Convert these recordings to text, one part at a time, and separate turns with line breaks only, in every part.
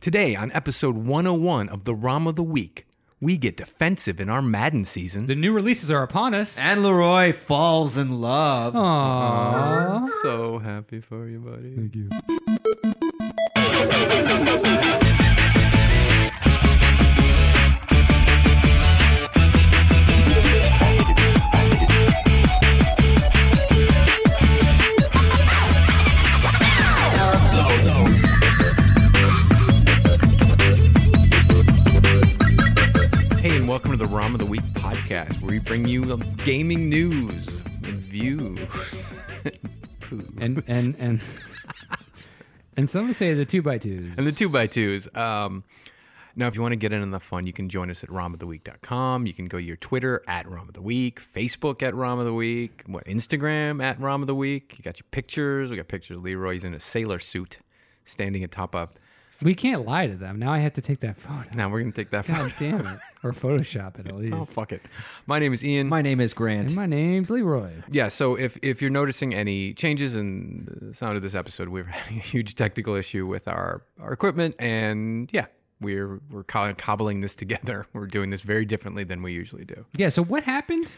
Today, on episode 101 of the ROM of the Week, we get defensive in our Madden season.
The new releases are upon us.
And Leroy falls in love.
Aww.
so happy for you, buddy.
Thank you.
Hey, and welcome to the ROM of the Week podcast, where we bring you gaming news and views.
And and and and some would say the two by twos
and the two by twos. Um, now, if you want to get in on the fun, you can join us at romoftheweek.com. You can go to your Twitter at rom of the week, Facebook at rom of the week, what Instagram at rom of the week. You got your pictures. We got pictures. of Leroy's in a sailor suit, standing atop a.
We can't lie to them. Now I have to take that photo.
Now we're gonna take that.
God
photo.
damn it, or Photoshop it at least.
Oh fuck it. My name is Ian.
My name is Grant.
And my name's Leroy.
yeah. So if if you're noticing any changes in the sound of this episode, we're having a huge technical issue with our our equipment, and yeah, we're we're co- cobbling this together. We're doing this very differently than we usually do.
Yeah. So what happened?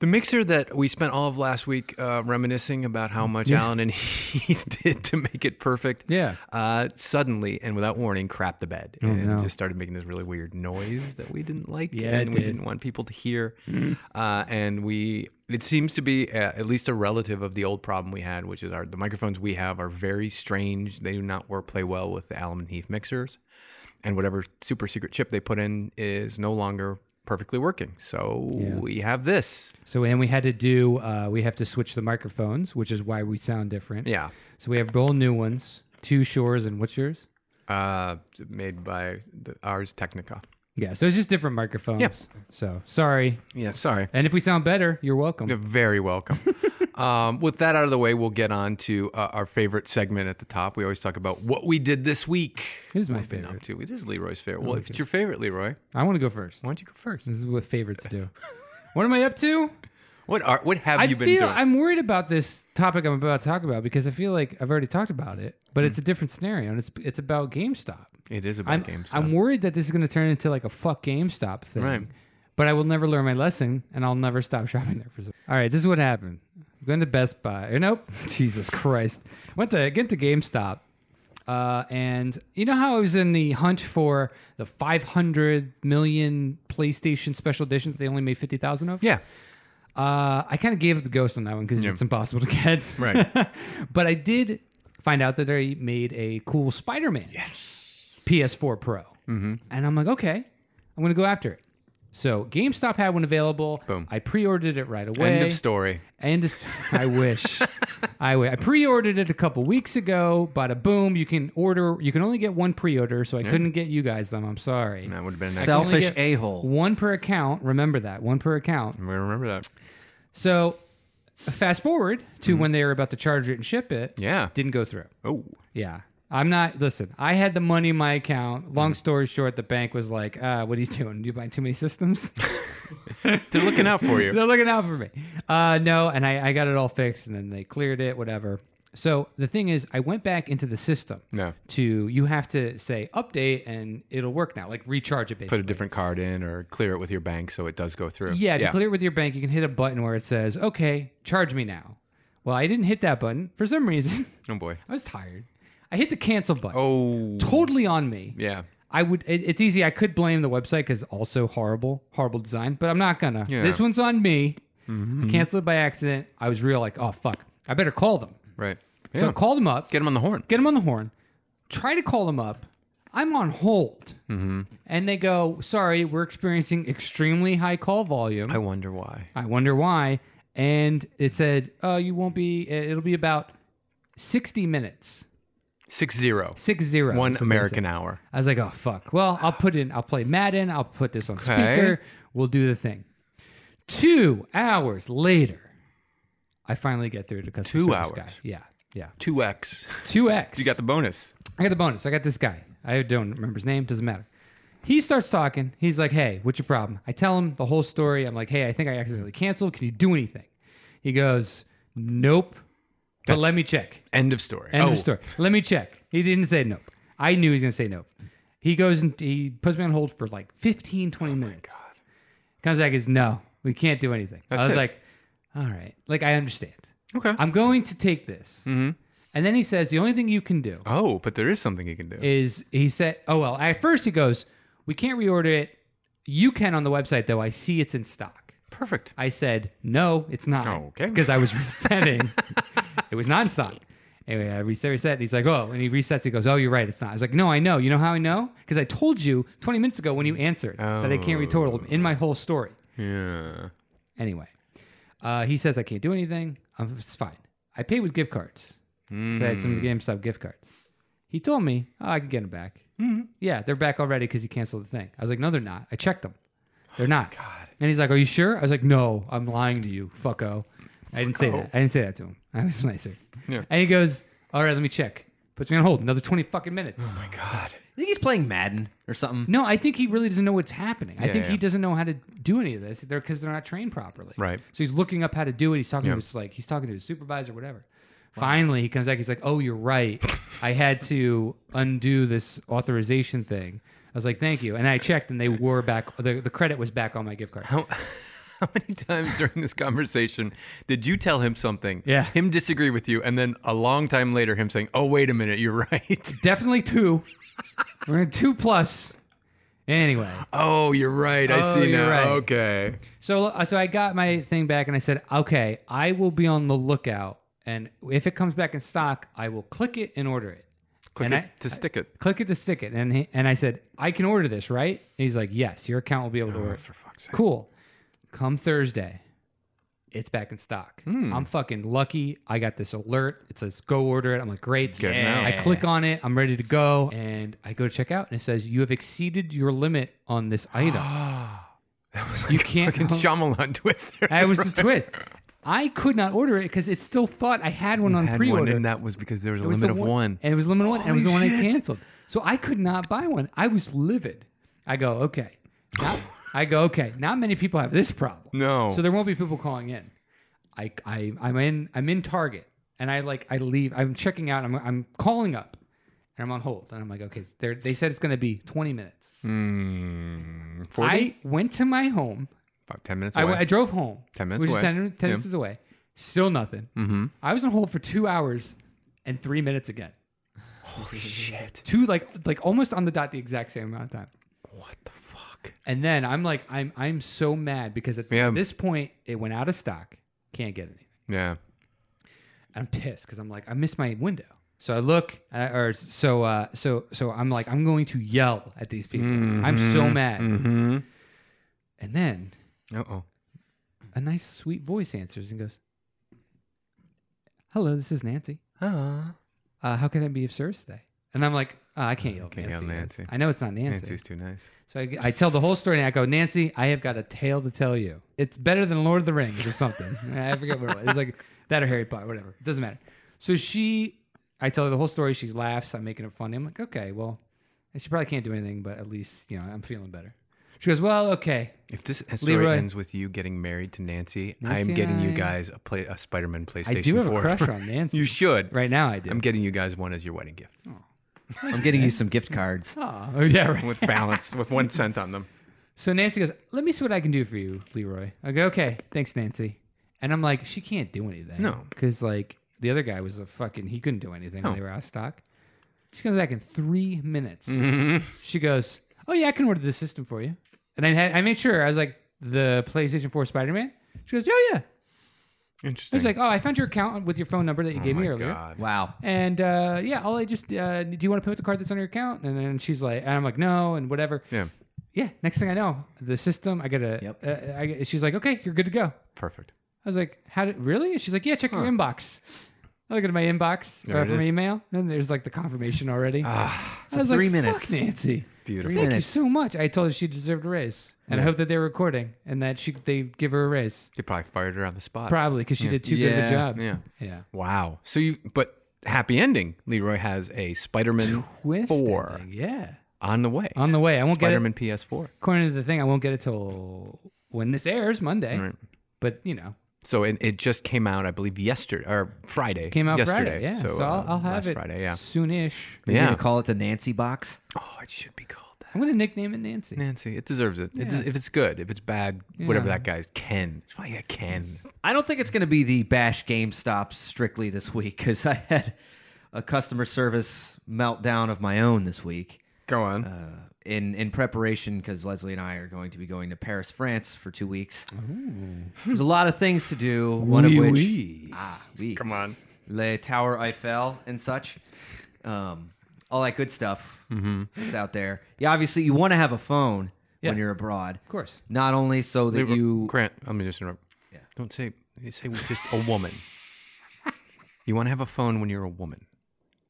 The mixer that we spent all of last week uh, reminiscing about how much Alan and Heath did to make it perfect,
Yeah. Oh,
uh, suddenly and without warning, crapped the bed and
no.
just started making this really weird noise that we didn't like
Yeah, it
and we
did. Mm.
didn't want people to hear. Uh, and we, it seems to be uh at least a relative of the old problem we had, which is our the microphones we have are very strange. They do not work play well with the Alan and Heath mixers and whatever super secret chip they put in is no longer perfectly working. So we have this.
So and we had to do. Uh, we have to switch the microphones, which is why we sound different.
Yeah.
So we have both new ones, two shores, and what's yours?
Uh, made by the, ours Technica.
Yeah. So it's just different microphones.
Yeah.
So sorry.
Yeah, sorry.
And if we sound better, you're welcome.
You're very welcome. um, with that out of the way, we'll get on to uh, our favorite segment at the top. We always talk about what we did this week.
It is my
We've been
favorite.
up to. It is Leroy's favorite. Well, if it's your favorite, Leroy,
I want to go first.
why don't you go first?
This is what favorites do. what am I up to?
What are what have
I
you been
feel
doing?
I'm worried about this topic I'm about to talk about because I feel like I've already talked about it, but it's a different scenario and it's it's about GameStop.
it is Mm. about
I'm
games.
I'm worried that this is going to turn into like a fuck GameStop thing.
Right.
But I will never learn my lesson, and I'll never stop shopping there for. Some. All right, this is what happened. Went to Best Buy. Or nope, Jesus Christ. Went to get to GameStop, uh, and you know how I was in the hunt for the 500 million PlayStation Special Edition that they only made 50,000 of.
yeah,
Uh, I kind of gave up the ghost on that one because it's impossible to get.
Right.
but I did find out that they made a cool Spider Man. Yes. PS4 Pro. Mm-hmm. And I'm like, okay, I'm going to go after it. So GameStop had one available.
Boom.
I pre ordered it right away.
end of story.
And I wish. I wish. I pre-ordered it a couple weeks ago. Bada boom! You can order. You can only get one pre-order, so I couldn't get you guys them. I'm sorry.
That would have been an excellent.
Self-
I only
Selfish
get
a-hole.
One per account. Remember that. One per account.
I'm gonna remember that.
So fast forward to when they were about to charge it and ship it.
Yeah.
Didn't go through.
Oh,
Yeah. I'm not, listen, I had the money in my account. Long story short, the bank was like, uh, what are you doing? You buying too many systems?
they're looking out for you.
They're looking out for me. Uh, no, and I, I got it all fixed and then they cleared it, whatever. So the thing is, I went back into the system.
No.
To you have to say update and it'll work now, like recharge it basically.
Put a different card in or clear it with your bank so it does go through.
Yeah, if you clear it with your bank, you can hit a button where it says, okay, charge me now. Well, I didn't hit that button for some reason.
Oh boy.
I was tired. I hit the cancel button.
Oh.
Totally on me.
Yeah.
I would. It, it's easy. I could blame the website because also horrible, horrible design. But I'm not gonna.
Yeah. Mm-hmm.
This one's on me. I canceled it by accident. I was real like, oh fuck. I better call them.
Right.
So
Yeah.
I called them up.
Get him on the horn.
Get them on the horn. Try to call them up. I'm on hold. Mm-hmm. And they go, sorry, we're experiencing extremely high call volume.
I wonder why.
I wonder why. And it said, oh, you won't be. It'll be about sixty minutes.
Six zero.
Six zero.
One
is what they said.
American hour.
I was like, oh fuck. Well, I'll put in. I'll play Madden. I'll put this on
Okay.
speaker. We'll do the thing. Two hours later, I finally get through to customer
Two
service
hours.
guy. Yeah, yeah.
Two X.
Two X.
You got the bonus.
I got the bonus. I got this guy. I don't remember his name. Doesn't matter. He starts talking. He's like, hey, what's your problem? I tell him the whole story. I'm like, hey, I think I accidentally canceled. Can you do anything? He goes, nope. But
That's-
let me check.
End of story.
End
oh,
of story. Let me check. He didn't say nope. I knew he was going to say no. He goes and he puts me on hold for like 15, 20 minutes. Comes back is no, we can't do anything. I
That's
was
it.
like, all right, like I understand.
Okay.
I'm going to take this. Mm-hmm. And then he says, the only thing you can do
oh, but there is something you can do.
is he said, oh, well, at first he goes, we can't reorder it. You can on the website, though. I see it's in stock.
Perfect.
I said, no, it's not.
Oh, okay.
Because I was resetting. it was not in stock. Anyway, I reset, reset. And he's like, oh, and he resets. He goes, oh, you're right. It's not. I was like, no, I know. You know how I know? Because I told you 20 minutes ago when you answered that I can't retotal in my whole story.
Yeah.
Anyway, uh, he says I can't do anything. I'm it's fine. I paid with gift cards. So I had
Hmm.
some GameStop gift cards. He told me oh, I can get them back. Yeah, they're back already because he canceled the thing. I was like, no, they're not. I checked them. They're not.
God.
And he's like, are you sure? I was like, no, I'm lying to you, fucko. I didn't say that. I didn't say that to him. I was nicer.
Yeah.
And he goes, all right, let me check. Puts me on hold. Another twenty fucking minutes.
My God.
I think he's playing Madden or something.
No, I think he really doesn't know what's happening. I
Yeah,
think
yeah.
he doesn't know how to do any of this because they're not trained properly.
Right.
So he's looking up how to do it. He's talking
Yeah.
to his like he's talking to his supervisor, whatever. Finally, he comes back. He's like, "Oh, you're right. I had to undo this authorization thing." I was like, "Thank you," and I checked, and they were back. The, the credit was back on my gift card.
How, how many times during this conversation did you tell him something?
Yeah.
Him disagree with you, and then a long time later, him saying, "Oh, wait a minute, you're right.
Definitely two. we're in two plus. Anyway,
Oh, you're right. I
Oh,
see
you're
now.
right.
Okay.
So uh, so I got my thing back and I said, okay, I will be on the lookout, and if it comes back in stock, I will click it and order it.
Click
and
it
I
to stick it.
click it to stick it, and he, and I said, I can order this, right? And he's like, yes, your account will be able to order. it."
Oh, For fuck's sake.
Cool. Come Thursday, it's back in stock.
Hmm.
I'm fucking lucky. I got this alert. It says go order it. I'm like, great.
Good now.
I click on it. I'm ready to go, and I go to check out, and it says you have exceeded your limit on this item. you can't
Fucking Shyamalan twist there.
I was the twist. I could not order it because it still thought I had one on
had
pre-order.
one, and that was because there was a
It was
limit
the
of one.
and it was limit one, and it was the
Holy
one I
shit.
canceled. So I could not buy one. I was livid. I go okay. Not- I go okay. Not many people have this problem.
No.
So there won't be people calling in. I I I'm in I'm in Target, and I like I leave. I'm checking out. I'm I'm calling up, and I'm on hold, and I'm like okay. They're, they said it's going to be 20 minutes.
Mm, 40?
I went to my home.
Five, 10 minutes
I,
away.
w- I drove home.
10 minutes
which
away.
Is 10, 10
Yeah.
minutes away. Still nothing. Mm-hmm. I was on hold for two hours and three minutes again.
Holy shit.
Two like like almost on the dot the exact same amount of time.
What the fuck?
And then I'm like I'm I'm so mad because at
Yeah.
this point it went out of stock. Can't get anything.
Yeah.
I'm pissed because I'm like I missed my window. So I look, uh, or so uh, so so I'm like I'm going to yell at these people.
Mm-hmm.
I'm so mad. And then
Uh oh.
a nice sweet voice answers and goes, "Hello, this is Nancy.
Ah.
Uh, how can I be of service today?" And I'm like, oh, "I can't yell, at
Uh, Can't
Nancy.
yell Nancy.
I know it's not Nancy."
Nancy's too nice.
So I, I tell the whole story and I go, "Nancy, I have got a tale to tell you. It's better than Lord of the Rings or something. I forget what it was. It's like that or Harry Potter, whatever. It doesn't matter." So she, I tell her the whole story. She laughs. I'm making it funny. I'm like, "Okay, well, she probably can't do anything, but at least you know I'm feeling better." She goes, "Well, okay."
If this story
Leroy.
ends with you getting married to Nancy,
Nancy
I'm getting
and
you
I-
guys a play a Spider-Man PlayStation
I do have
4.
a crush on Nancy.
you should.
Right now, I do.
I'm getting you guys one as your wedding gift
I'm getting you some gift cards.
oh, yeah, right.
with balance, with one cent on them.
So Nancy goes, "Let me see what I can do for you, Leroy." I go, "Okay, thanks, Nancy." And I'm like, "She can't do anything."
No.
because like the other guy was a fucking he couldn't do anything. when They were out of stock. She comes back in three minutes.
Mm-hmm.
She goes, "Oh yeah, I can order the system for you." And I had, I made sure I was like the PlayStation Four Spider Man. She goes, "Oh yeah." I
Interesting.
was like, "Oh, I found your account with your phone number that you gave
oh
me
my
earlier."
God.
Wow.
And uh, yeah, all I just uh, do you want to put the card that's on your account? And then she's like, and I'm like, no, and whatever.
Yeah.
Yeah. Next thing I know, the system. I get a.
Yep.
Uh, I, she's like, okay, you're good to go.
Perfect.
I was like, how did really? And she's like, yeah, check your inbox. I look at my inbox
There
uh,
it
from
is.
email, and there's like the confirmation already. I was
three
like, Fuck
minutes.
Nancy.
Beautiful.
Three
Thank you
minutes.
so much. I told her she deserved a raise, and I hope that they're recording and that she they give her a raise.
They probably fired her on the spot.
Probably because she did too good of
Yeah,
a job.
Yeah.
Yeah.
Wow. So you, but happy ending. Leroy has a Spider-Man
Twist
four
ending, Yeah.
on the way.
On the way. I won't get it.
Spider-Man PS4.
according to the thing, I won't get it till when this airs Monday. But you know,
So it, it just came out, I believe, yesterday or Friday.
Came out
yesterday.
Friday. Yeah. So, I'll,
uh,
I'll have
last
it
Friday. Yeah.
soonish.
You're
yeah.
gonna call it the Nancy box.
oh, it should be called that.
I'm going to nickname it Nancy.
Nancy, it deserves it. It
Yeah.
des- if it's good, if it's bad, whatever
Yeah.
that guy's Ken. It's probably a Ken.
I don't think it's going to be the bash GameStop strictly this week because I had a customer service meltdown of my own this week
Go on.
uh, in in preparation because Leslie and I are going to be going to Paris, France for two weeks. There's a lot of things to do. One
Oui,
of which
oui.
ah, oui.
Come on.
Le Tower Eiffel and such. Um, all that good stuff that's out there. Yeah, obviously you want to have a phone
Yeah.
when you're abroad. Of
course.
Not only so that you
Grant, let me just interrupt.
Yeah.
Don't say you say just a woman. you want to have a phone when you're a woman.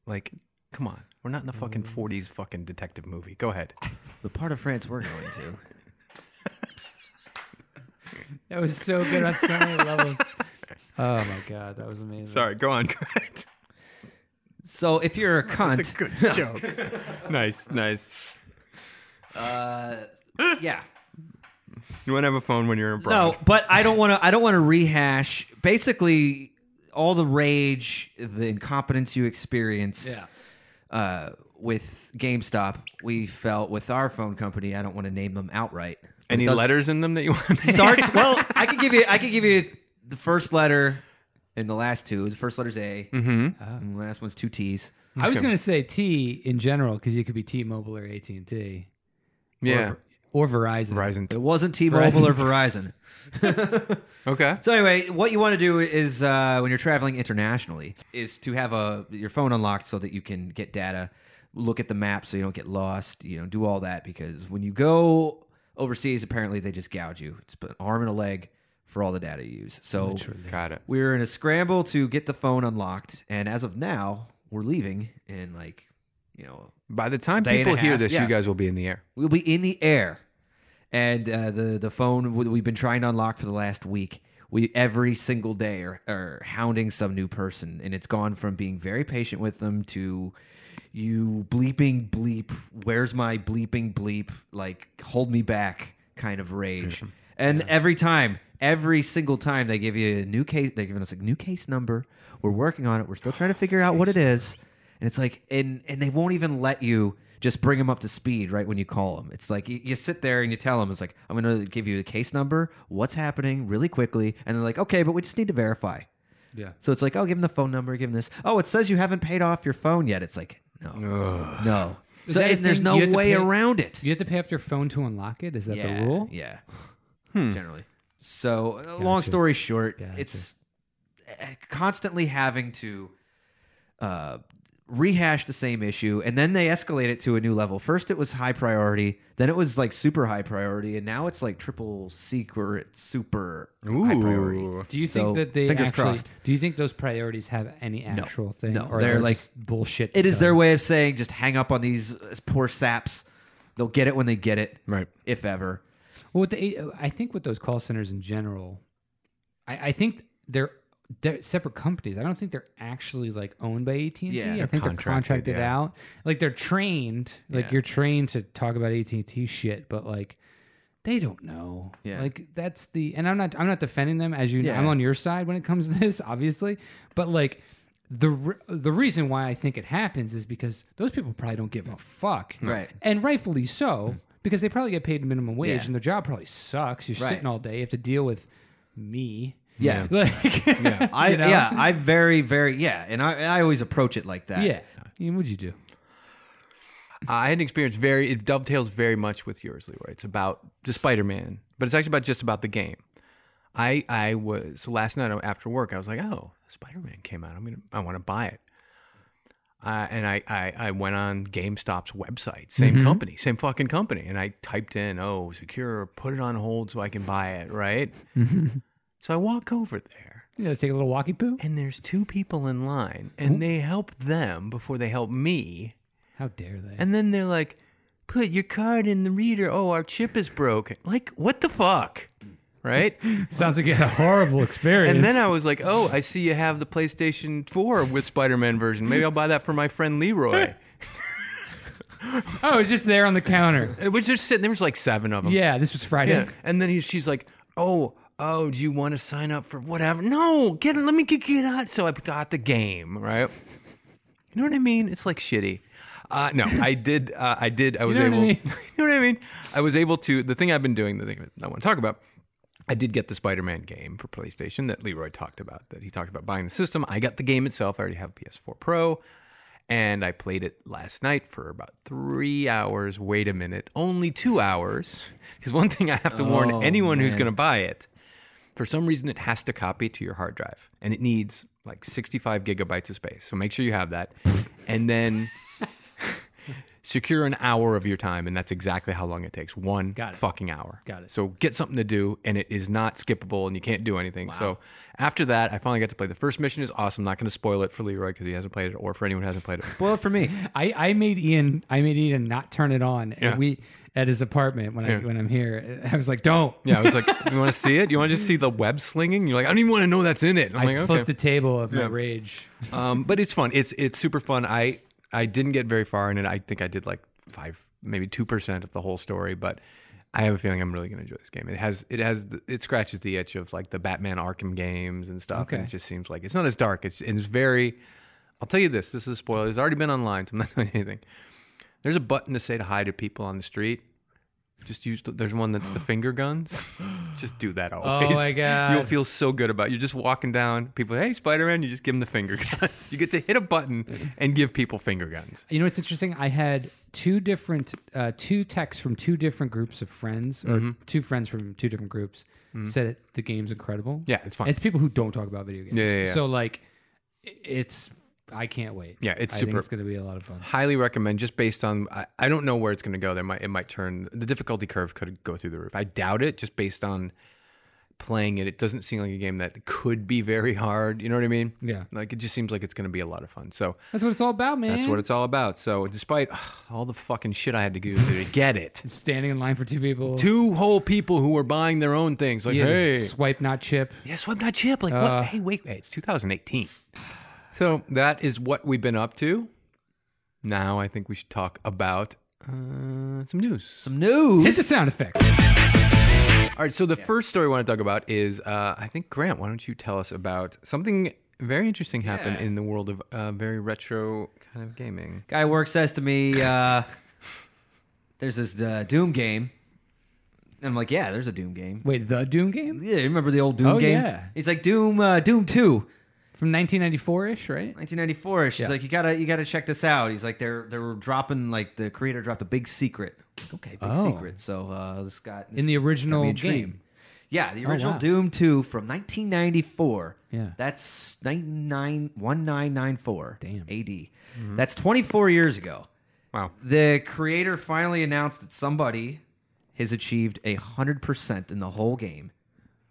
Like, come on. We're not in the fucking
Mm.
40s fucking detective movie. Go ahead.
the part of France we're going to.
That was so good on so many levels. Oh my god, that was amazing.
go on, Grant.
So if you're a cunt,
Good joke. nice, nice.
yeah.
You want to have a phone when you're abroad.
No, but I don't want to. I don't want to rehash. Basically, all the rage, the incompetence you experienced
Yeah.
uh, with GameStop, we felt with our phone company. I don't want to name them outright. But
Any
it does-
letters in them that you want? to
starts well i could give you i could give you the first letter and the last two the first letter's a uh, and the last one's two t's
I was
Okay.
gonna say T in general because you could be T-Mobile or AT and T
Yeah.
or Verizon.
Verizon.
it wasn't t-mobile or verizon
Okay.
so anyway what you want to do is uh, when you're traveling internationally is to have a your phone unlocked so that you can get data look at the map so you don't get lost you know do all that because when you go overseas apparently they just gouge you it's an arm and a leg for all the data you use so
Got it.
We were in a scramble to get the phone unlocked, and as of now, we're leaving in like, you know,
By the time
Day and a
people hear
half,
this,
yeah.
you guys will be in the air.
we'll be in the air. And uh, the the phone w- we've been trying to unlock for the last week, we every single day are, are hounding some new person, and it's gone from being very patient with them to you bleeping bleep, where's my bleeping bleep, like hold me back kind of rage. And every time, every single time, they give you a new case. They're giving us a new case number. We're working on it. We're still trying to figure out what it is. And it's like, and and they won't even let you just bring them up to speed right when you call them. It's like you, you sit there and you tell them, it's like, I'm going to give you the case number, what's happening really quickly. And they're like, okay, but we just need to verify.
Yeah.
So it's like, oh, give them the phone number, give them this. Oh, it says you haven't paid off your phone yet. It's like, no, no.
Is
So
that a
and there's
thing?
no
You had to
way
pay-
around it.
You have to pay off your phone to unlock it. Is that
yeah,
the rule?
Yeah. Generally. Hmm. So, uh, long story short,
Gotcha.
it's uh, constantly having to uh, rehash the same issue, and then they escalate it to a new level. First, it was high priority, then it was like super high priority, and now it's like triple secret, super high priority.
Do you
So,
think that they
fingers
actually?
crossed.
Do you think those priorities have any actual thing?
No.
or
They're
they're,
like-
just bullshit.
It is their way of saying just hang up on these uh, poor saps. They'll get it when they get it,
Right.
if ever.
Well, with the, I think with those call centers in general, I, I think they're, they're separate companies. I don't think they're actually like owned by AT and
Yeah.
I
They're
think they're
contracted,
contracted
yeah.
out. Like they're trained. Like
Yeah.
you're trained to talk about AT and T shit, but like they don't know.
Yeah.
Like that's the and I'm not I'm not defending them as you know.
Yeah.
I'm on your side when it comes to this, obviously, but like. The, re- the reason why I think it happens is because those people probably don't give a fuck
Right.
and rightfully
Hmm.
so because they probably get paid minimum wage
Yeah.
and their job probably sucks you're
Right.
sitting all day you have to deal with me
Yeah.
like
I
you know?
yeah, I very very yeah, and I and I always approach it like that.
yeah Ian, what'd you do
I had an experience very, it dovetails very much with yours, Leroy. It's about the Spider Man, but it's actually about just about the game. I, I was, so last night after work, I was like, oh, Spider Man came out. I'm going to, I want to buy it. Uh, and I, I, I went on GameStop's website, same company, same fucking company. And I typed in, oh, secure, put it on hold so I can buy it, right? So I walk over there
you know, take a little walkie poo
and there's two people in line and they help them before they help me.
how dare they
And then they're like, put your card in the reader. Oh, our chip is broken. Like, what the fuck? Right?
sounds like you had a horrible experience
And then I was like, oh, I see you have the PlayStation 4 with Spider Man version. Maybe I'll buy that for my friend Leroy.
oh it's just there on the counter
And We're just sitting there, was like seven of them.
yeah this was friday
Yeah. And then he, she's like, oh, oh, do you want to sign up for whatever? No, get let me get, get out. So I got the game, right? You know what I mean? It's like shitty. Uh, no, I did. Uh, I did. I was
know what I
able.
mean?
you know what I mean? I was able to. The thing I've been doing, the thing I want to talk about, I did get the Spider-Man game for PlayStation that Leroy talked about. That he talked about buying the system. I got the game itself. I already have PS4 Pro, and I played it last night for about three hours. Wait a minute, only two hours. Because one thing I have to
Oh,
warn anyone who's going to buy it for some reason it has to copy to your hard drive and it needs like 65 gigabytes of space so make sure you have that and then secure an hour of your time and that's exactly how long it takes one
Got it.
fucking hour
Got it.
so get something to do and it is not skippable and you can't do anything so after that i finally got to play the first mission is awesome not going to spoil it for leroy because he hasn't played it or for anyone who hasn't played it
Spoil it for me.
I, I made Ian I made Ian not turn it on
Yeah.
at we at his apartment when I
Yeah.
when I'm here. I was like, don't.
yeah i was like you want to see it you want to just see the web slinging you're like i don't even want to know that's in it i'm
I
like okay.
flipped the table of my
Yeah.
rage.
um, but it's fun. It's it's super fun. I I didn't get very far in it. I think I did like five, maybe two percent of the whole story. But I have a feeling I'm really going to enjoy this game. It has it has the, it scratches the itch of like the Batman Arkham games and stuff. And
Okay.
it just seems like it's not as dark. It's and it's very. I'll tell you this. This is a spoiler. It's already been online, so I'm not doing anything. There's a button to say to hi to people on the street. Just use. The, there's one that's the finger guns. Just do that always.
Oh, my God.
You'll feel so good about. It. You're just walking down. People, hey, Spider Man. You just give them the finger guns. You get to hit a button and give people finger guns.
You know what's interesting? I had two different uh, two texts from two different groups of friends, or
Mm-hmm.
two friends from two different groups, said it, the game's incredible.
Yeah, it's fun.
it's people who don't talk about video games.
Yeah, yeah, yeah.
So like, i- it's I can't wait.
Yeah, it's
I think
super-
it's going to be a lot of fun.
Highly recommend. Just based on, I, I don't know where it's going to go. There might it might turn the difficulty curve could go through the roof. I doubt it. Just based on playing it, it doesn't seem like a game that could be very hard. You know what I mean?
Yeah.
Like it just seems like it's going to be a lot of fun. So
That's what it's all about, man.
that's what it's all about. So despite ugh, all the fucking shit I had to do to get it,
standing in line for two people.
two whole people who were buying their own things. Like,
Yeah,
hey,
swipe not chip.
yeah, swipe that chip. Like, what? Hey, wait, wait. It's 2018. Uh, So that is what we've been up to. Now I think we should talk about uh, some news.
Some news.
Hit the sound effect.
All right. So the first story I want to talk about is uh, I think Grant. Why don't you tell us about something very interesting happened in the world of uh, very retro kind of gaming?
Guy works says to me, uh, "There's this uh, Doom game," and I'm like, "Yeah, there's a Doom game."
Wait, the Doom game
Yeah, you remember the old Doom
Oh,
game?
yeah.
He's like Doom, uh, Doom Two,
from 1994 ish, right?
1994. She's
Yeah.
like, "You gotta, you gotta check this out." He's like, "They're, they're dropping like the creator dropped a big secret." Like, okay, big
Oh.
secret. So uh, this got
In the original
got me intrigued.
game. Oh,
Yeah, the original
wow.
Doom Two from 1994.
Yeah.
that's 99 1994.
Damn. Mm-hmm.
AD. That's 24 years ago.
Wow.
The creator finally announced that somebody has achieved a hundred percent in the whole game,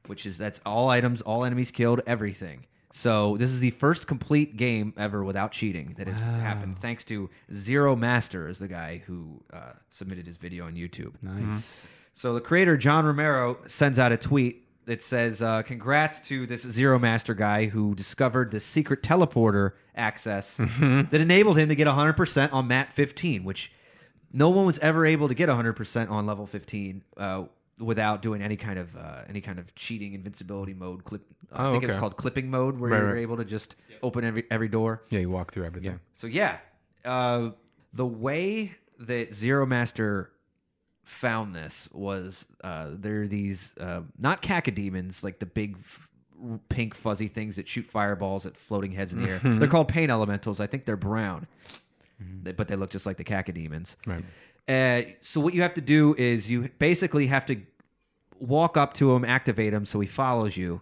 which is that's all items, all enemies killed, everything. So this is the first complete game ever without cheating that has happened, thanks to Zero Master, is the guy who uh, submitted his video on YouTube. Mm-hmm.
Nice.
So the creator John Romero sends out a tweet that says, uh, "Congrats to this Zero Master guy who discovered the secret teleporter access that enabled him to get 100% on map 15, which no one was ever able to get 100% on level 15 uh, without doing any kind of uh, any kind of cheating invincibility mode. Clip, I
Oh,
think it was
okay.
called clipping mode, where
Right,
you were
right.
able to just open every every door."
Yeah, you walk through everything.
So yeah, uh, the way that Zero Master found this was uh, there are these uh, not cacodemons, like the big f- pink fuzzy things that shoot fireballs at floating heads in the air. They're called paint elementals. I think they're brown, They- but they look just like the cacodemons.
Right.
Uh, so what you have to do is you basically have to walk up to him, activate him, so he follows you.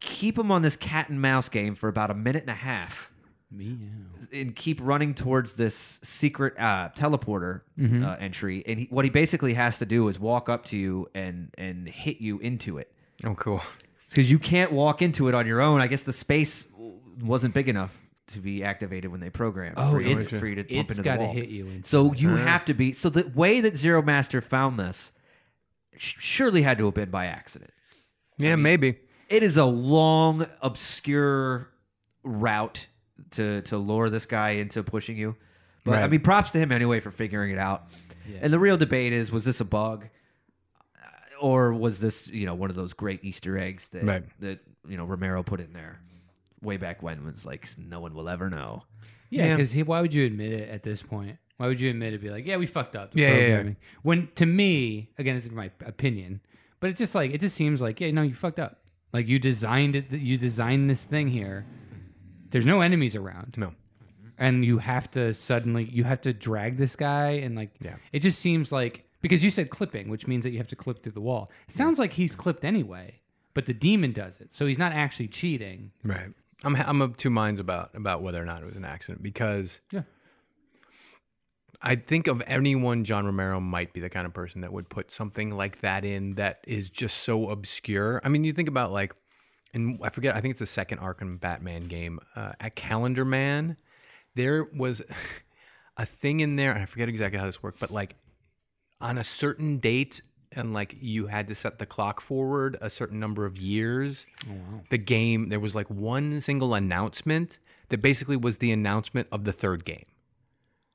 Keep him on this cat and mouse game for about a minute and a half
Meow.
and keep running towards this secret uh, teleporter
Mm-hmm.
uh, entry. And he, what he basically has to do is walk up to you and and hit you into it
Oh, cool.
because you can't walk into it on your own. I guess the space w- wasn't big enough to be activated when they programmed.
Oh,
for you-
it's-
for you to bump
it's
into the
gotta
wall.
hit you into Uh-huh.
So you have to be. So the way that Zero Master found this sh- surely had to have been by accident
Yeah, maybe.
it is a long, obscure route to to lure this guy into pushing you. But I
Right.
mean, props to him anyway for figuring it out. And the real debate is: was this a bug? or was this you know one of those great Easter eggs that
Right.
that you know Romero put in there way back when was like no one will ever know.
Yeah,
Yeah.
because why would you admit it at this point? Why would you admit it? Be like, yeah, we fucked up. the
Yeah, yeah, yeah.
programming." When to me, again, this is my opinion, but it's just like it just seems like yeah, no, you fucked up. Like you designed it. You designed this thing here. There's no enemies around,
No.
and you have to suddenly you have to drag this guy and like
Yeah.
it just seems like because you said clipping, which means that you have to clip through the wall. It sounds like he's clipped anyway, but the demon does it, so he's not actually cheating.
Right. I'm I'm of two minds about about whether or not it was an accident because
Yeah.
I think of anyone, John Romero might be the kind of person that would put something like that in that is just so obscure. I mean, you think about like, and I forget, I think it's the second Arkham Batman game, uh, at Calendar Man, there was a thing in there, and I forget exactly how this worked, but like on a certain date, and like you had to set the clock forward a certain number of years, the game, there was like one single announcement that basically was the announcement of the third game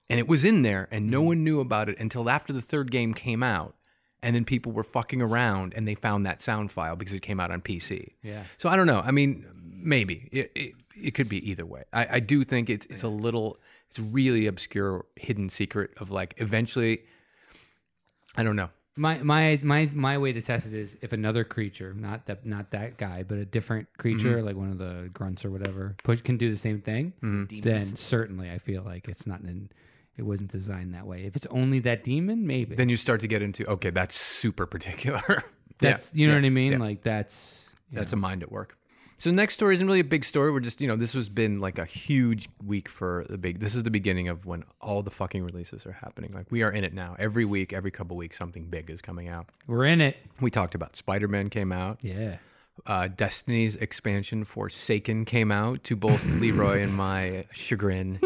and it was in there and no one knew about it until after the third game came out and then people were fucking around and they found that sound file because it came out on pc
Yeah.
so i don't know i mean maybe it, it, it could be either way i, I do think it's, it's a little it's really obscure hidden secret of like eventually i don't know
My my my my way to test it is if another creature, not that not that guy, but a different creature,
Mm-hmm.
like one of the grunts or whatever, push can do the same thing. Then certainly, I feel like it's not an, it wasn't designed that way. If it's only that demon, maybe
then you start to get into okay that's super particular
that's
Yeah.
you know
Yeah.
what I mean.
Yeah.
Like that's
That's a mind at work. So the next story isn't really a big story. We're just, you know, this has been like a huge week for the big. This is the beginning of when all the fucking releases are happening. Like we are in it now. Every week, every couple weeks, something big is coming out.
we're in it.
We talked about Spider Man came out.
Yeah,
Uh, Destiny's expansion Forsaken came out to both Leroy and my chagrin.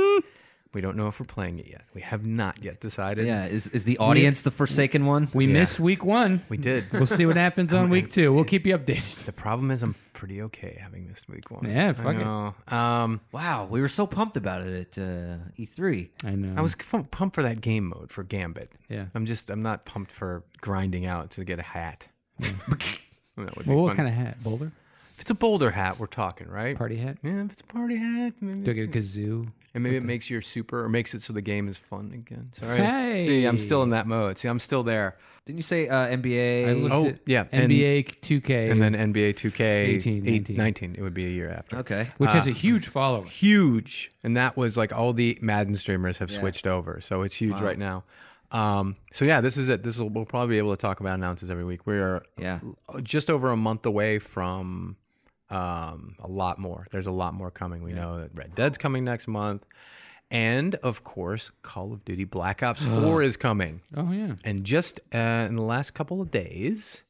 we don't know if we're playing it yet. We have not yet decided.
Yeah, is is the audience the forsaken one?
we
Yeah.
missed week one.
We did.
We'll see what happens on week two. We'll keep you updated.
the problem is, I'm pretty okay having missed week one.
Yeah,
I
fuck it.
know. Um,
Wow, we were so pumped about it at uh, E3.
I know.
I was f- pumped for that game mode for Gambit.
Yeah.
I'm just I'm not pumped for grinding out to get a hat. that would be
Hmm. well, what
fun.
kind of hat? Boulder
if it's a boulder hat, we're talking, right?
party hat?
Yeah, if it's a party hat,
Do I
maybe,
get a kazoo?
and maybe it makes your super or makes it so the game is fun again. Sorry.
Hey.
See, I'm still in that mode. See, I'm still there.
Didn't you say uh, NBA?
I looked
Oh,
at
yeah, and-
NBA 2K
And then NBA 2K
18, 19.
19. It would be a year after.
okay,
which
uh,
has a huge following.
Huge. And that was like all the Madden streamers have
Yeah.
switched over. So it's huge right now. Um, so yeah, this is it. This will we'll probably be able to talk about announces every week. We are
yeah.
just over a month away from um, a lot more. There's a lot more coming. We know that Red Dead's coming next month. And of course, Call of Duty Black Ops 4 is coming.
Oh yeah,
And just uh, in the last couple of days,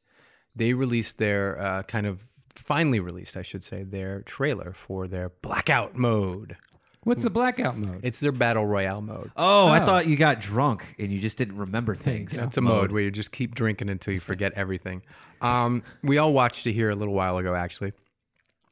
they released their uh, kind of finally released, I should say, their trailer for their Blackout mode.
what's the blackout mode?
It's their Battle Royale mode.
Oh, I thought you got drunk and you just didn't remember things.
It's a mode where you just keep drinking until you forget everything. Um, we all watched it here a little while ago, actually.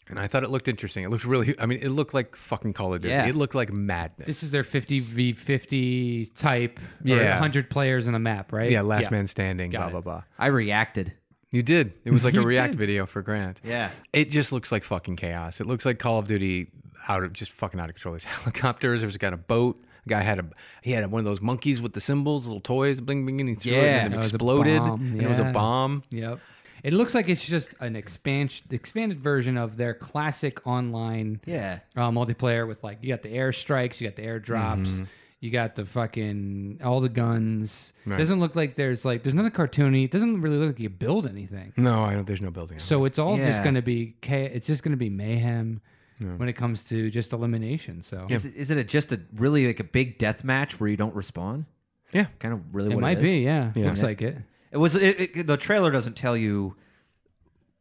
And I thought it looked interesting. It looked really, I mean, it looked like fucking Call of Duty.
Yeah.
It looked like madness.
This is their fifty v fifty type,
Yeah.
yeah, hundred players on the map, right?
yeah, Last Man Standing, blah,
it.
blah, blah.
I reacted.
You did. It was like a
You
React
did.
video for Grant.
Yeah.
It just looks like fucking chaos. It looks like Call of Duty out of just fucking out of control. These helicopters. There was a guy in a boat. A guy had a he had one of those monkeys with the symbols, little toys, bling bling, and he threw it
Yeah.
and
That
it
was a
exploded.
bomb,
And it was a
yeah.
bomb.
Yep. It looks like it's just an expansion, expanded version of their classic online
Yeah.
uh, multiplayer with like you got the airstrikes, you got the airdrops, you got the fucking all the guns.
Right.
Doesn't look like there's like there's nothing cartoony. It doesn't really look like you build anything.
No, I don't. There's no building.
So it's all just
Yeah.
going to be cha- it's just going to be mayhem when it comes to just elimination. So
Is it, is it a, just a really like a big death match where you don't respawn?
Yeah.
Kind of really
it
what
might
it is.
be, yeah.
Yeah.
Looks like it.
It was it, it, the trailer doesn't tell you,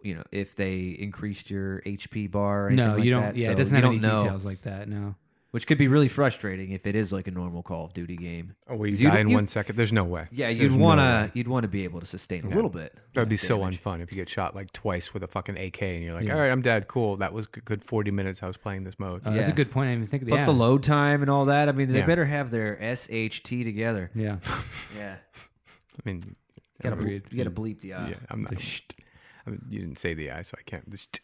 you know, if they increased your HP bar. Or anything
No,
like
you don't.
that,
yeah,
so
it doesn't
you
have
don't
any
know,
details like that. No.
which could be really frustrating if it is like a normal Call of Duty game.
Oh, well, you,
'Cause you'd-
die in
you-
one second. There's no way.
Yeah,
There's
you'd
no
wanna
way.
you'd want to be able to sustain a little bit.
That'd be
of
so
damage.
unfun if you get shot like twice with a fucking AK and you're like, all right, I'm dead. Cool. That was a good 40 minutes I was playing this mode.
Uh, That's a
Yeah.
good point. I didn't even think of
Plus
yeah.
the load time and all that. I mean, they
Yeah.
better have their SHT together.
Yeah.
Yeah.
I mean,
gotta, ble-
Agreed.
you gotta bleep the uh,
mm. yeah, I'm not. I mean, you didn't say the I, so I can't. the sht.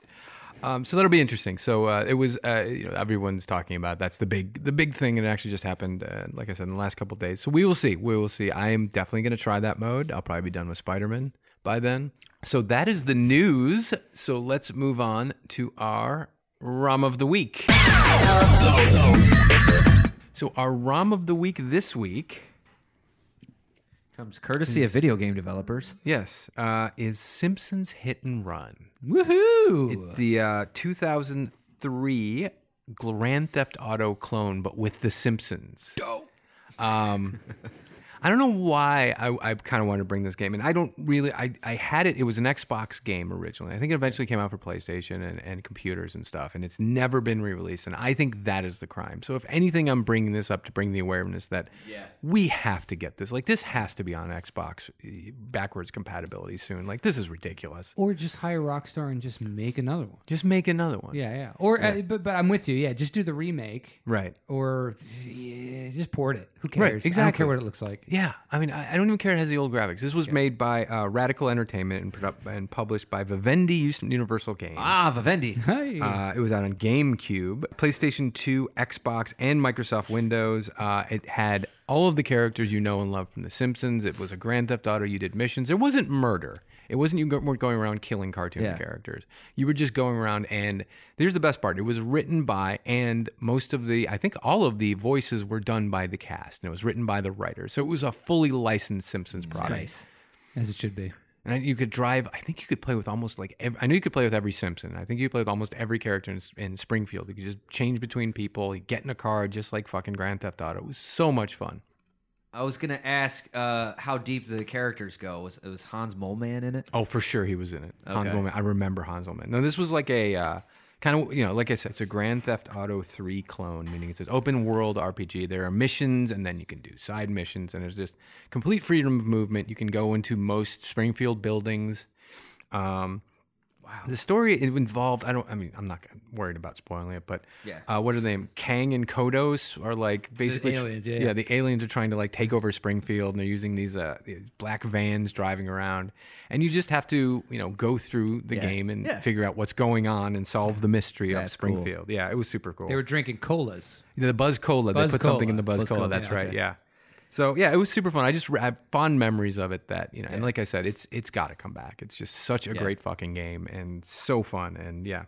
Um, so that'll be interesting. So uh, it was, uh, you know, everyone's talking about. That's the big, the big thing, and it actually just happened. Uh, like I said, in the last couple of days. So we will see. We will see. I am definitely going to try that mode. I'll probably be done with Spider Man by then. So that is the news. So let's move on to our ROM of the week. So our ROM of the week this week,
comes courtesy of video game developers.
yes, uh, is Simpsons Hit and Run.
Woohoo!
It's the uh, 2003 Grand Theft Auto clone, but with The Simpsons. Dope. Um, I don't know why I, I kind of wanted to bring this game, and I don't really. I, I had it. It was an Xbox game originally. I think it eventually came out for PlayStation and, and computers and stuff, and it's never been re released. And I think that is the crime. So if anything, I'm bringing this up to bring the awareness that we have to get this. Like this has to be on Xbox eh, backwards compatibility soon. Like this is ridiculous.
or just hire Rockstar and just make another one.
Just make another one.
Yeah, yeah. Or uh, but but I'm with you. Yeah, just do the remake
Right.
or yeah, just port it. Who cares?
Right,
I don't
exactly.
care what it looks like.
Yeah, I mean, I, I don't even care. It has the old graphics. This was made by uh, Radical Entertainment and, produ- and published by Vivendi Us- Universal Games.
Ah, Vivendi.
Hey.
Uh, it was out on GameCube, PlayStation 2, Xbox, and Microsoft Windows. Uh, it had all of the characters you know and love from The Simpsons. It was a Grand Theft Auto. You did missions. It wasn't murder. It wasn't you go- weren't going around killing cartoon
Yeah.
characters. You were just going around, and here's the best part. It was written by, and most of the, I think all of the voices were done by the cast, and it was written by the writer. So it was a fully licensed Simpsons product.
As it should be.
And I- you could drive. I think you could play with almost like ev I know you could play with every Simpson. I think you could play with almost every character in, in Springfield. You could just change between people. You get in a car, just like fucking Grand Theft Auto. It was so much fun.
I was gonna ask uh, how deep the characters go. Was was Hans Mole Man in it?
Oh, for sure, he was in it. Hans
Okay.
Moleman. I remember Hans Moleman. No, this was like a uh, kind of you know, like I said, it's a Grand Theft Auto three clone, meaning it's an open world RPG. There are missions, and then you can do side missions, and there's just complete freedom of movement. You can go into most Springfield buildings. Um, wow. The story it involved. I don't. I mean, I'm not worried about spoiling it, but
Yeah.
Uh, what are they? Kang and Kodos are like basically
aliens, yeah.
yeah, the aliens are trying to like take over Springfield, and they're using these uh these black vans driving around, and you just have to you know go through the game and
Yeah.
figure out what's going on and solve the mystery of
That's cool.
Springfield. Yeah, it was super cool.
They were drinking colas.
the Buzz Cola,
Buzz
they put something in the
Cola.
Buzz,
Buzz
Cola.
Cola,
That's
yeah,
right.
okay.
Yeah. So yeah, it was super fun. I just I have fond memories of it. That you know, and like I said, it's it's got to come back. It's just such a great fucking game and so fun. And yeah,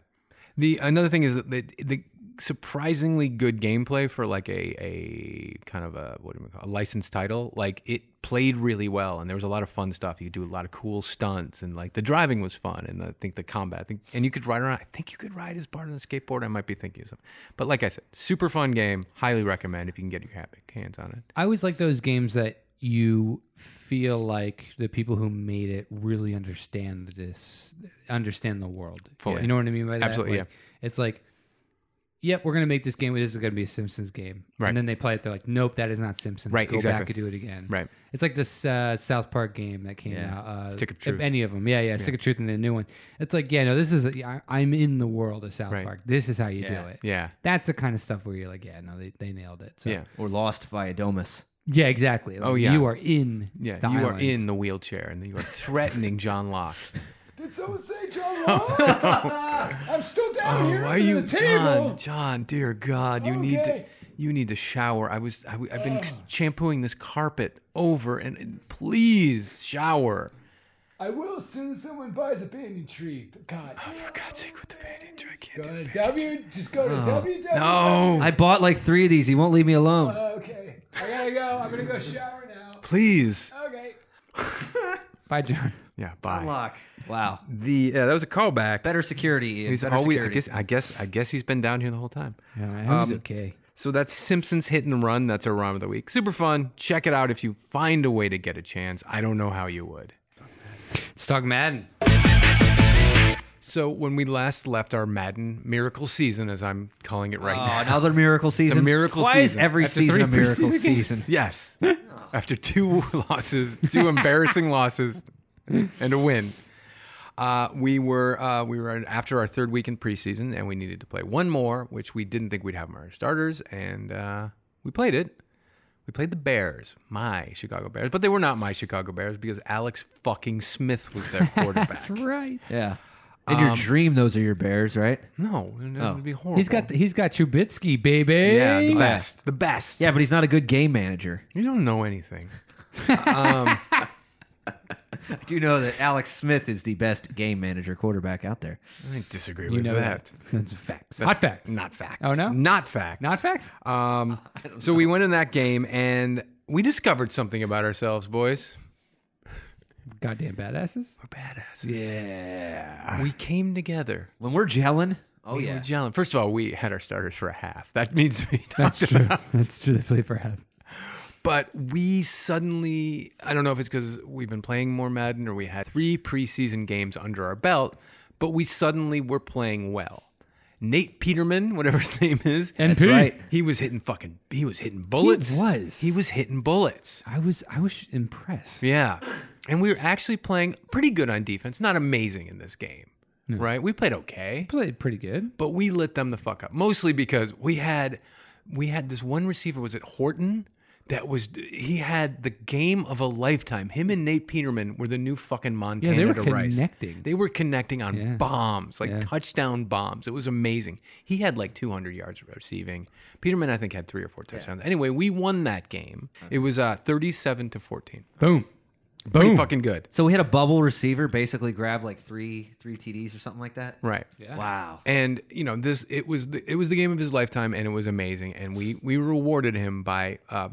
the another thing is that the, the surprisingly good gameplay for like a a kind of a what do we call it, a licensed title. Like it played really well, and there was a lot of fun stuff. You could do a lot of cool stunts, and like the driving was fun, and I think the combat. I think and you could ride around. I think you could ride as part on a skateboard. I might be thinking of something, but like I said, super fun game. Highly recommend if you can get your ha- hands on it.
I always like those games that you feel like the people who made it really understand this, understand the world.
Fully.
You know what I mean by that?
Absolutely,
Like, It's like, yep, we're gonna make this game. This is gonna be a Simpsons game.
Right.
And then they play it. They're like, nope, that is not Simpsons.
Right,
Go
exactly.
back and do it again.
Right.
It's like this uh, South Park game that came
Yeah.
out. Uh,
Stick of
if
Truth.
Any of them. Yeah, yeah. Stick of Truth and the new one. It's like, yeah, no, this is. A, I, I'm in the world of South
Right.
Park. This is how you
Yeah.
do it.
Yeah,
That's the kind of stuff where you're like, yeah, no, they, they nailed it. So
yeah,
Or Lost via Domus?
yeah, exactly. Like,
Oh, yeah.
you are in.
yeah.
the
you are
island.
in the wheelchair, and you are threatening John Locke.
Did someone say John Locke? I'm still down
Oh,
here
why
under
you,
the table.
John? John, dear God, you need to,
Okay.
you need to shower. I was, I, have been shampooing this carpet over, and, and please shower.
I will as soon as someone buys a banyan tree. God.
For God's sake, with the bandage, I can't.
Go
Do
to
it.
W. Just go to W.
Oh, No,
I bought like three of these. He won't leave me alone.
Okay. I gotta go. I'm gonna go shower now.
please.
Okay.
Bye, John.
Yeah, bye.
Lock. Wow.
The yeah, that was a callback.
Better security.
He's
better
always. I
security.
guess. I guess. I guess he's been down here the whole time.
Yeah, man, I was okay.
So that's Simpsons Hit and Run. That's our rhyme of the week. Super fun. Check it out if you find a way to get a chance. I don't know how you would.
Let's talk Madden.
So when we last left our Madden miracle season, as I'm calling it right
Oh,
now.
another miracle season.
miracle
Why
season.
is every
After
season
three
a miracle
preseason games.
season?
Yes. After two losses, two embarrassing losses, and a win. Uh, we were uh, we were after our third week in preseason, and we needed to play one more, which we didn't think we'd have in our starters, and uh, we played it. We We played the Bears, my Chicago Bears, but they were not my Chicago Bears because Alex fucking Smith was their quarterback.
That's right.
Yeah. In
Um,
your dream, those are your bears, right?
No, it would be horrible.
Oh. He's got he's got Chubitsky, baby.
yeah, the best, the best.
Yeah, but he's not a good game manager.
you don't know anything.
I do know that Alex Smith is the best game manager quarterback out there.
I disagree
you
with
know
that.
that. That's facts.
That's
Hot facts.
Not facts.
Oh, no?
Not facts.
Not facts.
Um, so we went in that game and we discovered something about ourselves, boys.
Goddamn badasses.
We're badasses. Yeah. We came together.
When we're gelling, oh
We were
yeah,
gelling. First of all, we had our starters for a half. That means we
That's true. That's true. They play for half.
But we suddenly, I don't know if it's because we've been playing more Madden or we had three preseason games under our belt, but we suddenly were playing well. Nate Peterman, whatever his name is,
NP. That's right.
He was hitting fucking. He was hitting bullets.
was.
He was hitting bullets.
I was I was impressed.
Yeah, and we were actually playing pretty good on defense. Not amazing in this game, right? We played okay
Played pretty good.
but we lit them the fuck up mostly because we had we had this one receiver was it Horton that was he had the game of a lifetime him and Nate Peterman were the new fucking Montana
they were
to Rice.
connecting.
they were connecting on
Yeah.
bombs like
Yeah.
touchdown bombs it was amazing he had like 200 yards receiving Peterman I think had 3 or 4 touchdowns anyway we won that game it was uh 37 to 14
Boom.
pretty
Boom.
fucking good
So we had a bubble receiver basically grab like three three TDs or something like that.
right
Wow.
And you know this, it was the, it was the game of his lifetime, and it was amazing. And we we rewarded him by uh,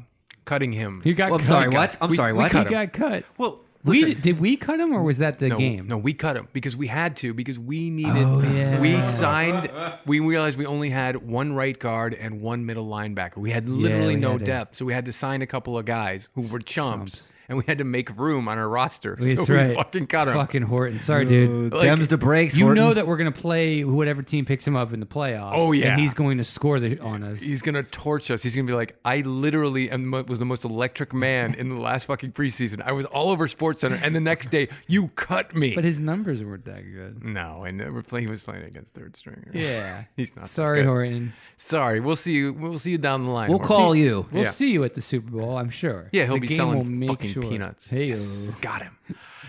cutting him.
He got
Well, I'm
cut.
sorry. What? I'm
we-
sorry.
we
What?
He
cut him.
got cut.
well,
We
listen,
did, did we cut him or was that the
no,
game?
no, we cut him because we had to because we needed.
Oh, yeah.
We signed. We realized we only had one right guard and one middle linebacker. We had literally
we
no
had to-
depth, so we had to sign a couple of guys who were chumps, and we had to make room on our roster.
That's
so
right.
we fucking cut him.
Fucking Horton. Sorry, dude.
Like,
Dems to breaks.
You
Horton.
know that we're gonna play whatever team picks him up in the playoffs.
Oh, yeah.
and he's going to score the, on us.
He's gonna torch us. He's gonna be like, I literally am the, mo- was the most electric man in the last fucking preseason. I was all over Sports Center, and the next day you cut me.
But his numbers weren't that good.
no, and they were play, he was playing against third stringers.
Yeah,
he's not. that
Sorry,
good.
Horton.
Sorry, we'll see you. We'll see you down the line.
We'll
Horton.
call you.
We'll
Yeah.
see you at the Super Bowl, I'm sure.
Yeah, he'll
The
be
game will
selling
make
fucking
sure.
peanuts.
Hey, oh.
Yes, got him.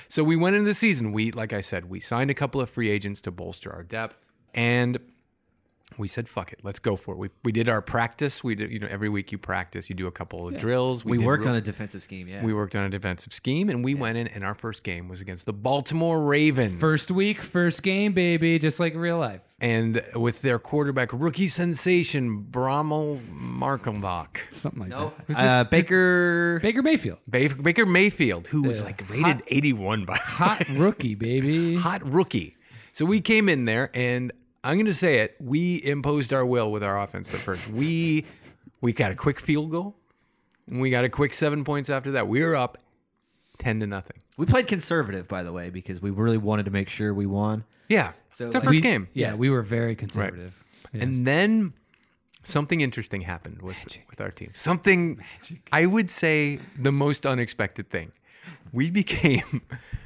So we went into the season. We, like I said, we signed a couple of free agents to bolster our depth, and we said, "Fuck it, let's go for it." We, we did our practice. We did, you know, every week you practice, you do a couple of drills.
We
did
worked
real-
on a defensive scheme. Yeah.
We worked on a defensive scheme, and we went in, and our first game was against the Baltimore Ravens.
first week, first game, baby, just like real life.
And with their quarterback, rookie sensation, Brommel Markenbach.
Something like
No.
that.
Uh, Baker.
Baker Mayfield,
Ba- Baker Mayfield, who was
Yeah.
like rated 81 by
hot rookie, baby.
hot rookie. So we came in there, and I'm going to say it: we imposed our will with our offense. The first we we got a quick field goal, and we got a quick seven points after that. We were up ten to nothing.
We played conservative, by the way, because we really wanted to make sure we won.
Yeah,
So,
it's our
like-
first
We-
game.
Yeah, we were very conservative. Yes.
And then something interesting happened with, with our team. Something I would say the most unexpected thing. We became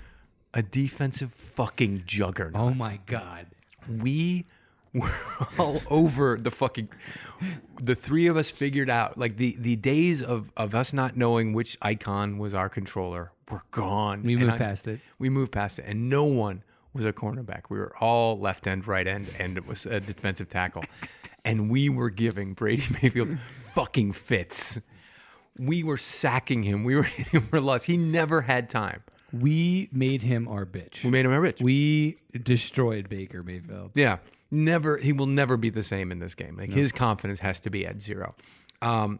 a defensive fucking juggernaut.
oh my god,
We were all over the fucking the three of us figured out like the the days of of us not knowing which icon was our controller were gone.
we
And
moved
I-
past it.
we moved past it, and no one was a cornerback. We were all left end, right end, and it was a defensive tackle. And we were giving Brady Mayfield fucking fits. We were sacking him. We were hitting him for loss. He never had time.
We made him our bitch.
We made him a rich.
We destroyed Baker Mayfield.
Yeah. Never he will never be the same in this game. Like his confidence has to be at zero. Um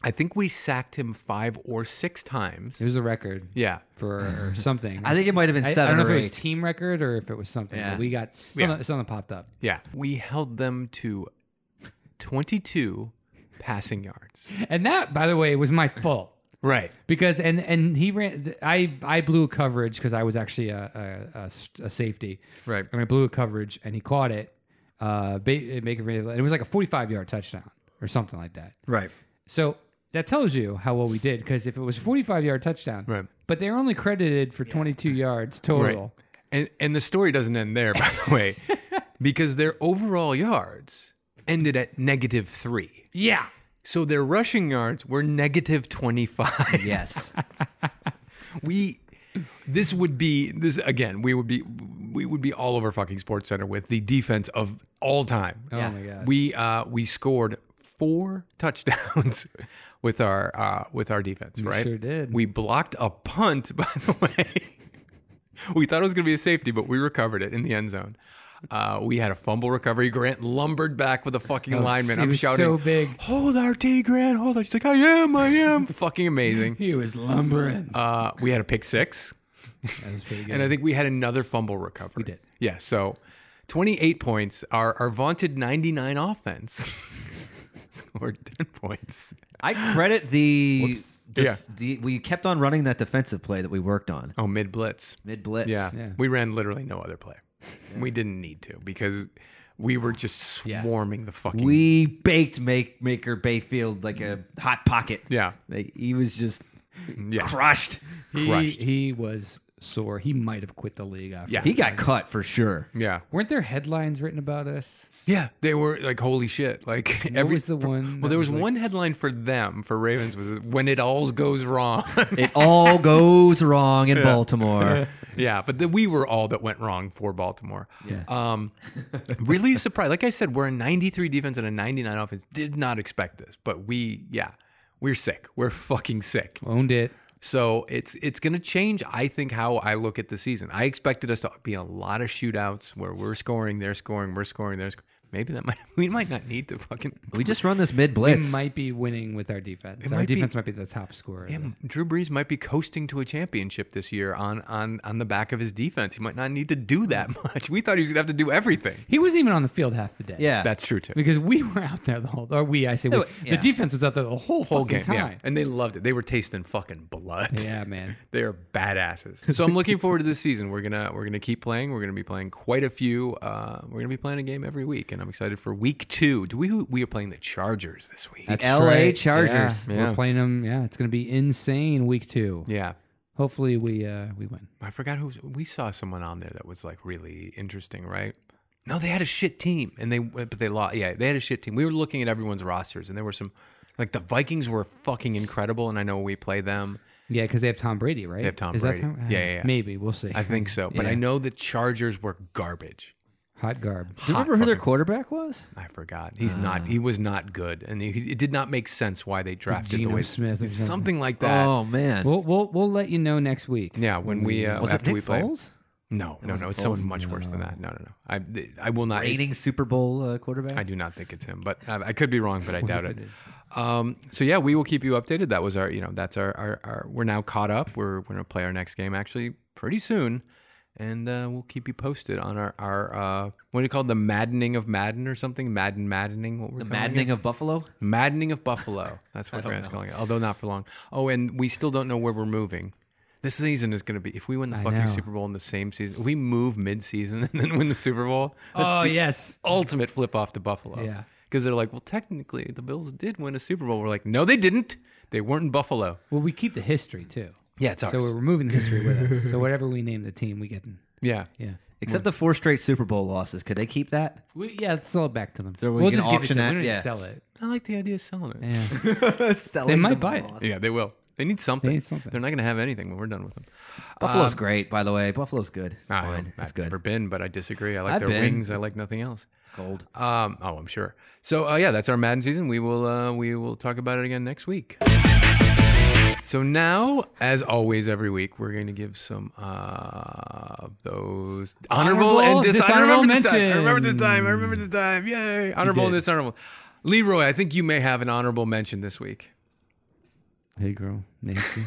I think we sacked him five or six times.
It was a record
Yeah.
for something.
I think it might have been
I, I
seven
don't know
or
if it was
eight.
team record or if it was something.
Yeah.
But we got something,
Yeah.
something popped up.
Yeah. We held them to twenty two passing yards.
And that, by the way, was my fault.
Right.
because and and he ran i i blew a coverage because i was actually a, a, a s- a safety
Right.
and i blew a coverage and he caught it uh ba- make it it was like a 45 yard touchdown or something like that
Right.
so that tells you how well we did because if it was a 45 yard touchdown
Right.
but they're only credited for 22 yards total
Right. And and the story doesn't end there, by the way, because their overall yards ended at negative three.
yeah
So their rushing yards were negative 25.
Yes.
We this would be this again, we would be we would be all over fucking sports center with the defense of all time.
Oh my god.
We uh we scored four touchdowns with our uh with our defense, right?
sure did.
We blocked a punt, by the way. we thought it was gonna be a safety, but we recovered it in the end zone. Uh, we had a fumble recovery. Grant lumbered back with a fucking lineman.
he
I'm
Oh, was
shouting,
so big.
"Hold our T, Grant! Hold our!" She's like, "I am, I am!" fucking amazing.
He was lumbering.
Uh, we had a pick six,
that was pretty good.
and I think we had another fumble recovery. We
did.
yeah. So, 28 points. Our our vaunted 99 offense scored 10 points.
I credit the, def-
Yeah.
the we kept on running that defensive play that we worked on
Oh, mid blitz.
mid blitz.
Yeah.
Yeah.
We ran literally no other play. We didn't need to because we were just
Yeah.
swarming the fucking.
We baked make, Maker Bayfield like a hot pocket.
Yeah.
Like he was just
Yeah.
crushed.
he,
crushed.
he was sore. He might have quit the league after.
Yeah.
He got cut for sure.
yeah.
Weren't there headlines written about us?
Yeah. They were like, holy shit. Like,
What was the one?
Well,
that
there was
like-
one headline for them, for Ravens, was when it all goes wrong.
It all goes wrong in Baltimore.
yeah. But the, we were all that went wrong for Baltimore. Yeah. Um, really surprised. Like I said, we're a 93 defense and a 99 offense. Did not expect this, but we, yeah, we're sick. We're fucking sick.
owned it.
So it's it's going to change, I think, how I look at the season. I expected us to be in a lot of shootouts where we're scoring, they're scoring, we're scoring, they're scoring. Maybe that might we might not need to fucking.
We just run this mid
We
blitz.
might be winning with our defense.
It
our
might be-
defense might be the top scorer. of the-
Drew Brees might be coasting to a championship this year on on on the back of his defense. He might not need to do that much. We thought he was going to have to do everything.
He wasn't even on the field half the day.
Yeah.
That's true too.
Because we were out there the whole or we, I say we,
No, yeah.
the defense was out there the whole,
Oh, Whole
fucking
game, yeah,
time.
and they loved it. They were tasting fucking blood.
Yeah, man.
They are badasses. So I'm looking forward to this season. We're gonna we're gonna keep playing. We're gonna be playing quite a few. Uh, we're gonna be playing a game every week, and I'm excited for week two. Do we we are playing the Chargers this week?
That's
LA Chargers.
Yeah.
Yeah.
We're playing them. Yeah, it's going to be insane week two.
yeah,
Hopefully we uh, we win.
I forgot who we saw someone on there that was like really interesting, right? No, they had a shit team, and they but they lost. Yeah, they had a shit team. We were looking at everyone's rosters, and there were some like the Vikings were fucking incredible, and I know we play them.
Yeah, because they have Tom Brady, right? They
have Tom
Is
Brady.
That Tom?
Yeah, yeah, yeah.
Maybe we'll see.
I think so, but I know the Chargers were garbage.
Hot garb.
Do you remember who their Uh. quarterback was?
I forgot. He's not. He was not good, and he, it did not make sense why they drafted
Geno
the way
Smith
something.
or something.
like that.
Oh man.
We'll we'll we'll let you know next week.
yeah, when we uh,
was it
after
Nick
we played.
Foles?
No, no, no. It's someone much worse than that. No, no, no. I th- I will not.
Reigning Super Bowl uh, quarterback?
I do not think it's him, but uh, I could be wrong, but I doubt it. Um, so yeah, we will keep you updated. That was our, you know, that's our, our, our we're now caught up. We're, we're going to play our next game actually pretty soon. And uh, we'll keep you posted on our, our uh, what do you call it? The maddening of Madden or something? Madden maddening? What we're
the
calling it?
maddening of Buffalo?
Mm-hmm. Maddening of Buffalo. That's what Grant's calling it, although not for long. Oh, and we still don't know where we're moving. This season is going to be if we win the
I
fucking
know.
Super Bowl in the same season. We move mid-season and then win the Super Bowl. That's
Oh
the
yes.
ultimate flip off to Buffalo.
Yeah.
because they're like, well, technically the Bills did win a Super Bowl. We're like, no, they didn't. They weren't in Buffalo.
Well, we keep the history too.
Yeah, it's ours.
So we're removing the history with us. So whatever we name the team, we get.
yeah,
Yeah.
Except the four straight Super Bowl losses. Could they keep that?
We, yeah, let's sell it back to them.
So we
will
can
just give it to
auction
them.
that?
We don't need
Yeah.
to sell it.
I like the idea of selling it.
Yeah.
Selling
they
the
might buy it.
Yeah, they will. They need something.
They need something.
are not going to have anything when we're done with them.
Buffalo's great, by the way. Buffalo's good. It's
I
fine.
don't-
It's
I've
good.
never been, but I disagree. I like
I've
their
been.
wings. I like nothing else.
It's cold.
Um, oh, I'm sure. So uh, yeah, that's our Madden season. We will uh, we will talk about it again next week. So now, as always, every week we're going to give some uh, of those honorable,
Honorable
and dis- I
dishonorable
remember this time. I remember this
mentions.
time. I remember this time. Yay! Honorable and
did.
dishonorable. Leroy, I think you may have an honorable mention this week.
Hey, girl, Nancy.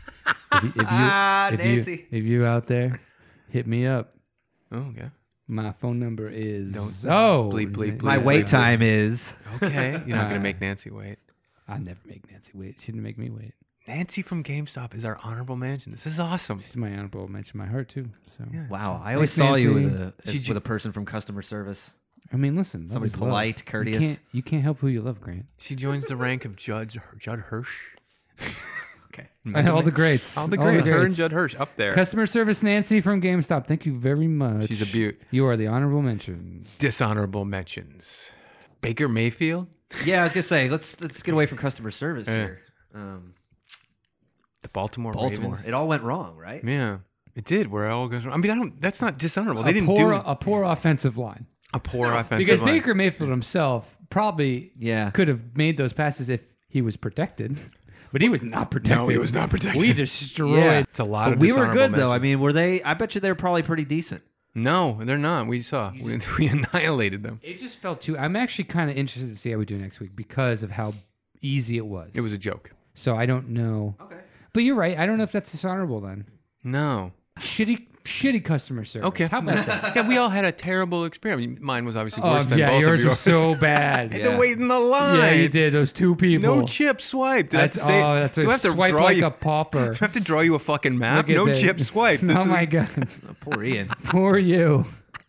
if you, if you, ah, if
Nancy.
You, if you out there, hit me up.
Oh yeah.
My phone number is oh
bleep, bleep,
My
bleep.
wait time is
Okay. You're not going to make Nancy wait.
I never make Nancy wait. She didn't make me wait.
Nancy from GameStop is our honorable mention. This is awesome.
She's my honorable mention, in my heart too. So
wow. I always
Thanks,
saw you with
Nancy.
a
Did you-
with a person from customer service.
I mean, listen, love
Somebody
is love.
polite,
You
courteous.
can't- You can't, help who you love, Grant.
She joins the rank of Judge Judd Hirsch.
Okay.
all the greats.
All the greats. Her and Judd Hirsch up there.
Customer service Nancy from GameStop. Thank you very much.
She's a beaut.
You are the honorable mention.
Dishonorable mentions. Baker Mayfield?
Yeah, I was gonna say let's let's get away from customer service here. Um,
The Baltimore
Baltimore,
Ravens?
it all went wrong, right?
Yeah. It did. Where it all goes wrong. I mean, I don't. That's not dishonorable.
a
They didn't
poor,
do
a poor offensive line.
a poor offensive
Because
line.
Baker Mayfield himself probably
Yeah.
could have made those passes if he was protected, but he was not protected.
No, he was not protected.
We destroyed.
It's a lot of
we were
dishonorable
good
mentions.
though. I mean, were they? I bet you they're probably pretty decent.
No, they're not. We saw. We, we annihilated them.
It just felt too. I'm actually kind of interested to see how we do next week because of how easy it was.
It was a joke.
so I don't know. Okay. But you're right. I don't know if that's dishonorable then.
No.
Shitty, shitty customer service.
Okay.
How about that?
Yeah, we all had a terrible experience. Mine was obviously worse
oh
than
yeah,
both
yours
of yours.
was so bad.
The wait in the line.
Yeah, you did. Those two people.
No chip swipe. Did I
That's
say-
oh, that's
do I have to
swipe
draw
like
you?
a pauper.
do I have to draw you a fucking map?
Look at
No
that.
chip swipe. This
oh
is-
my god,
Oh, poor Ian.
poor you.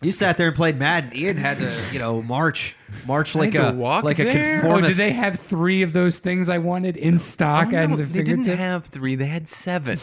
you sat there and played Madden. Ian had to, you know, march, march like
had
a
to walk
like a
there.
Oh,
conformist.
did they have three of those things I wanted in stock
Oh,
at
no,
the
they didn't
fingertip?
have three. They had seven.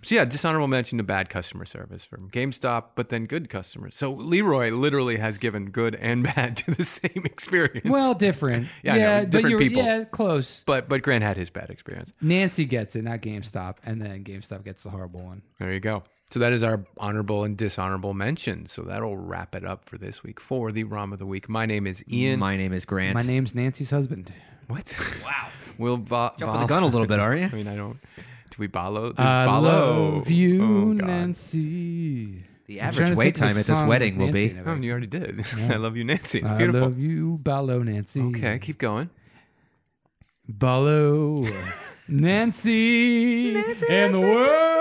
So yeah, dishonorable mention to bad customer service from GameStop, but then good customers. So Leroy literally has given good and bad to the same experience.
well, different.
Yeah, I know,
but
different
you're,
people.
Yeah, close.
but but Grant had his bad experience.
Nancy gets it, not GameStop, and then GameStop gets the horrible one.
There you go. So that is our honorable and dishonorable mentions. So that'll wrap it up for this week for the ROM of the week. My name is Ian.
My name is Grant.
My name's Nancy's husband.
what? Wow. Will Bo-
Jumping the
Bo-
gun a little bit, aren't you?
I mean, I don't. Do we Balo? There's
I
Balo.
love you,
Oh, God.
Nancy.
The
I'm
average
trying to
wait
think of
time
the
at this
song
wedding
with
will be.
Nancy in
Oh,
it.
you already did. I love you, Nancy. It's
I
beautiful.
love you, Ballo Nancy.
Okay, keep going.
Ballo, Nancy, and the world.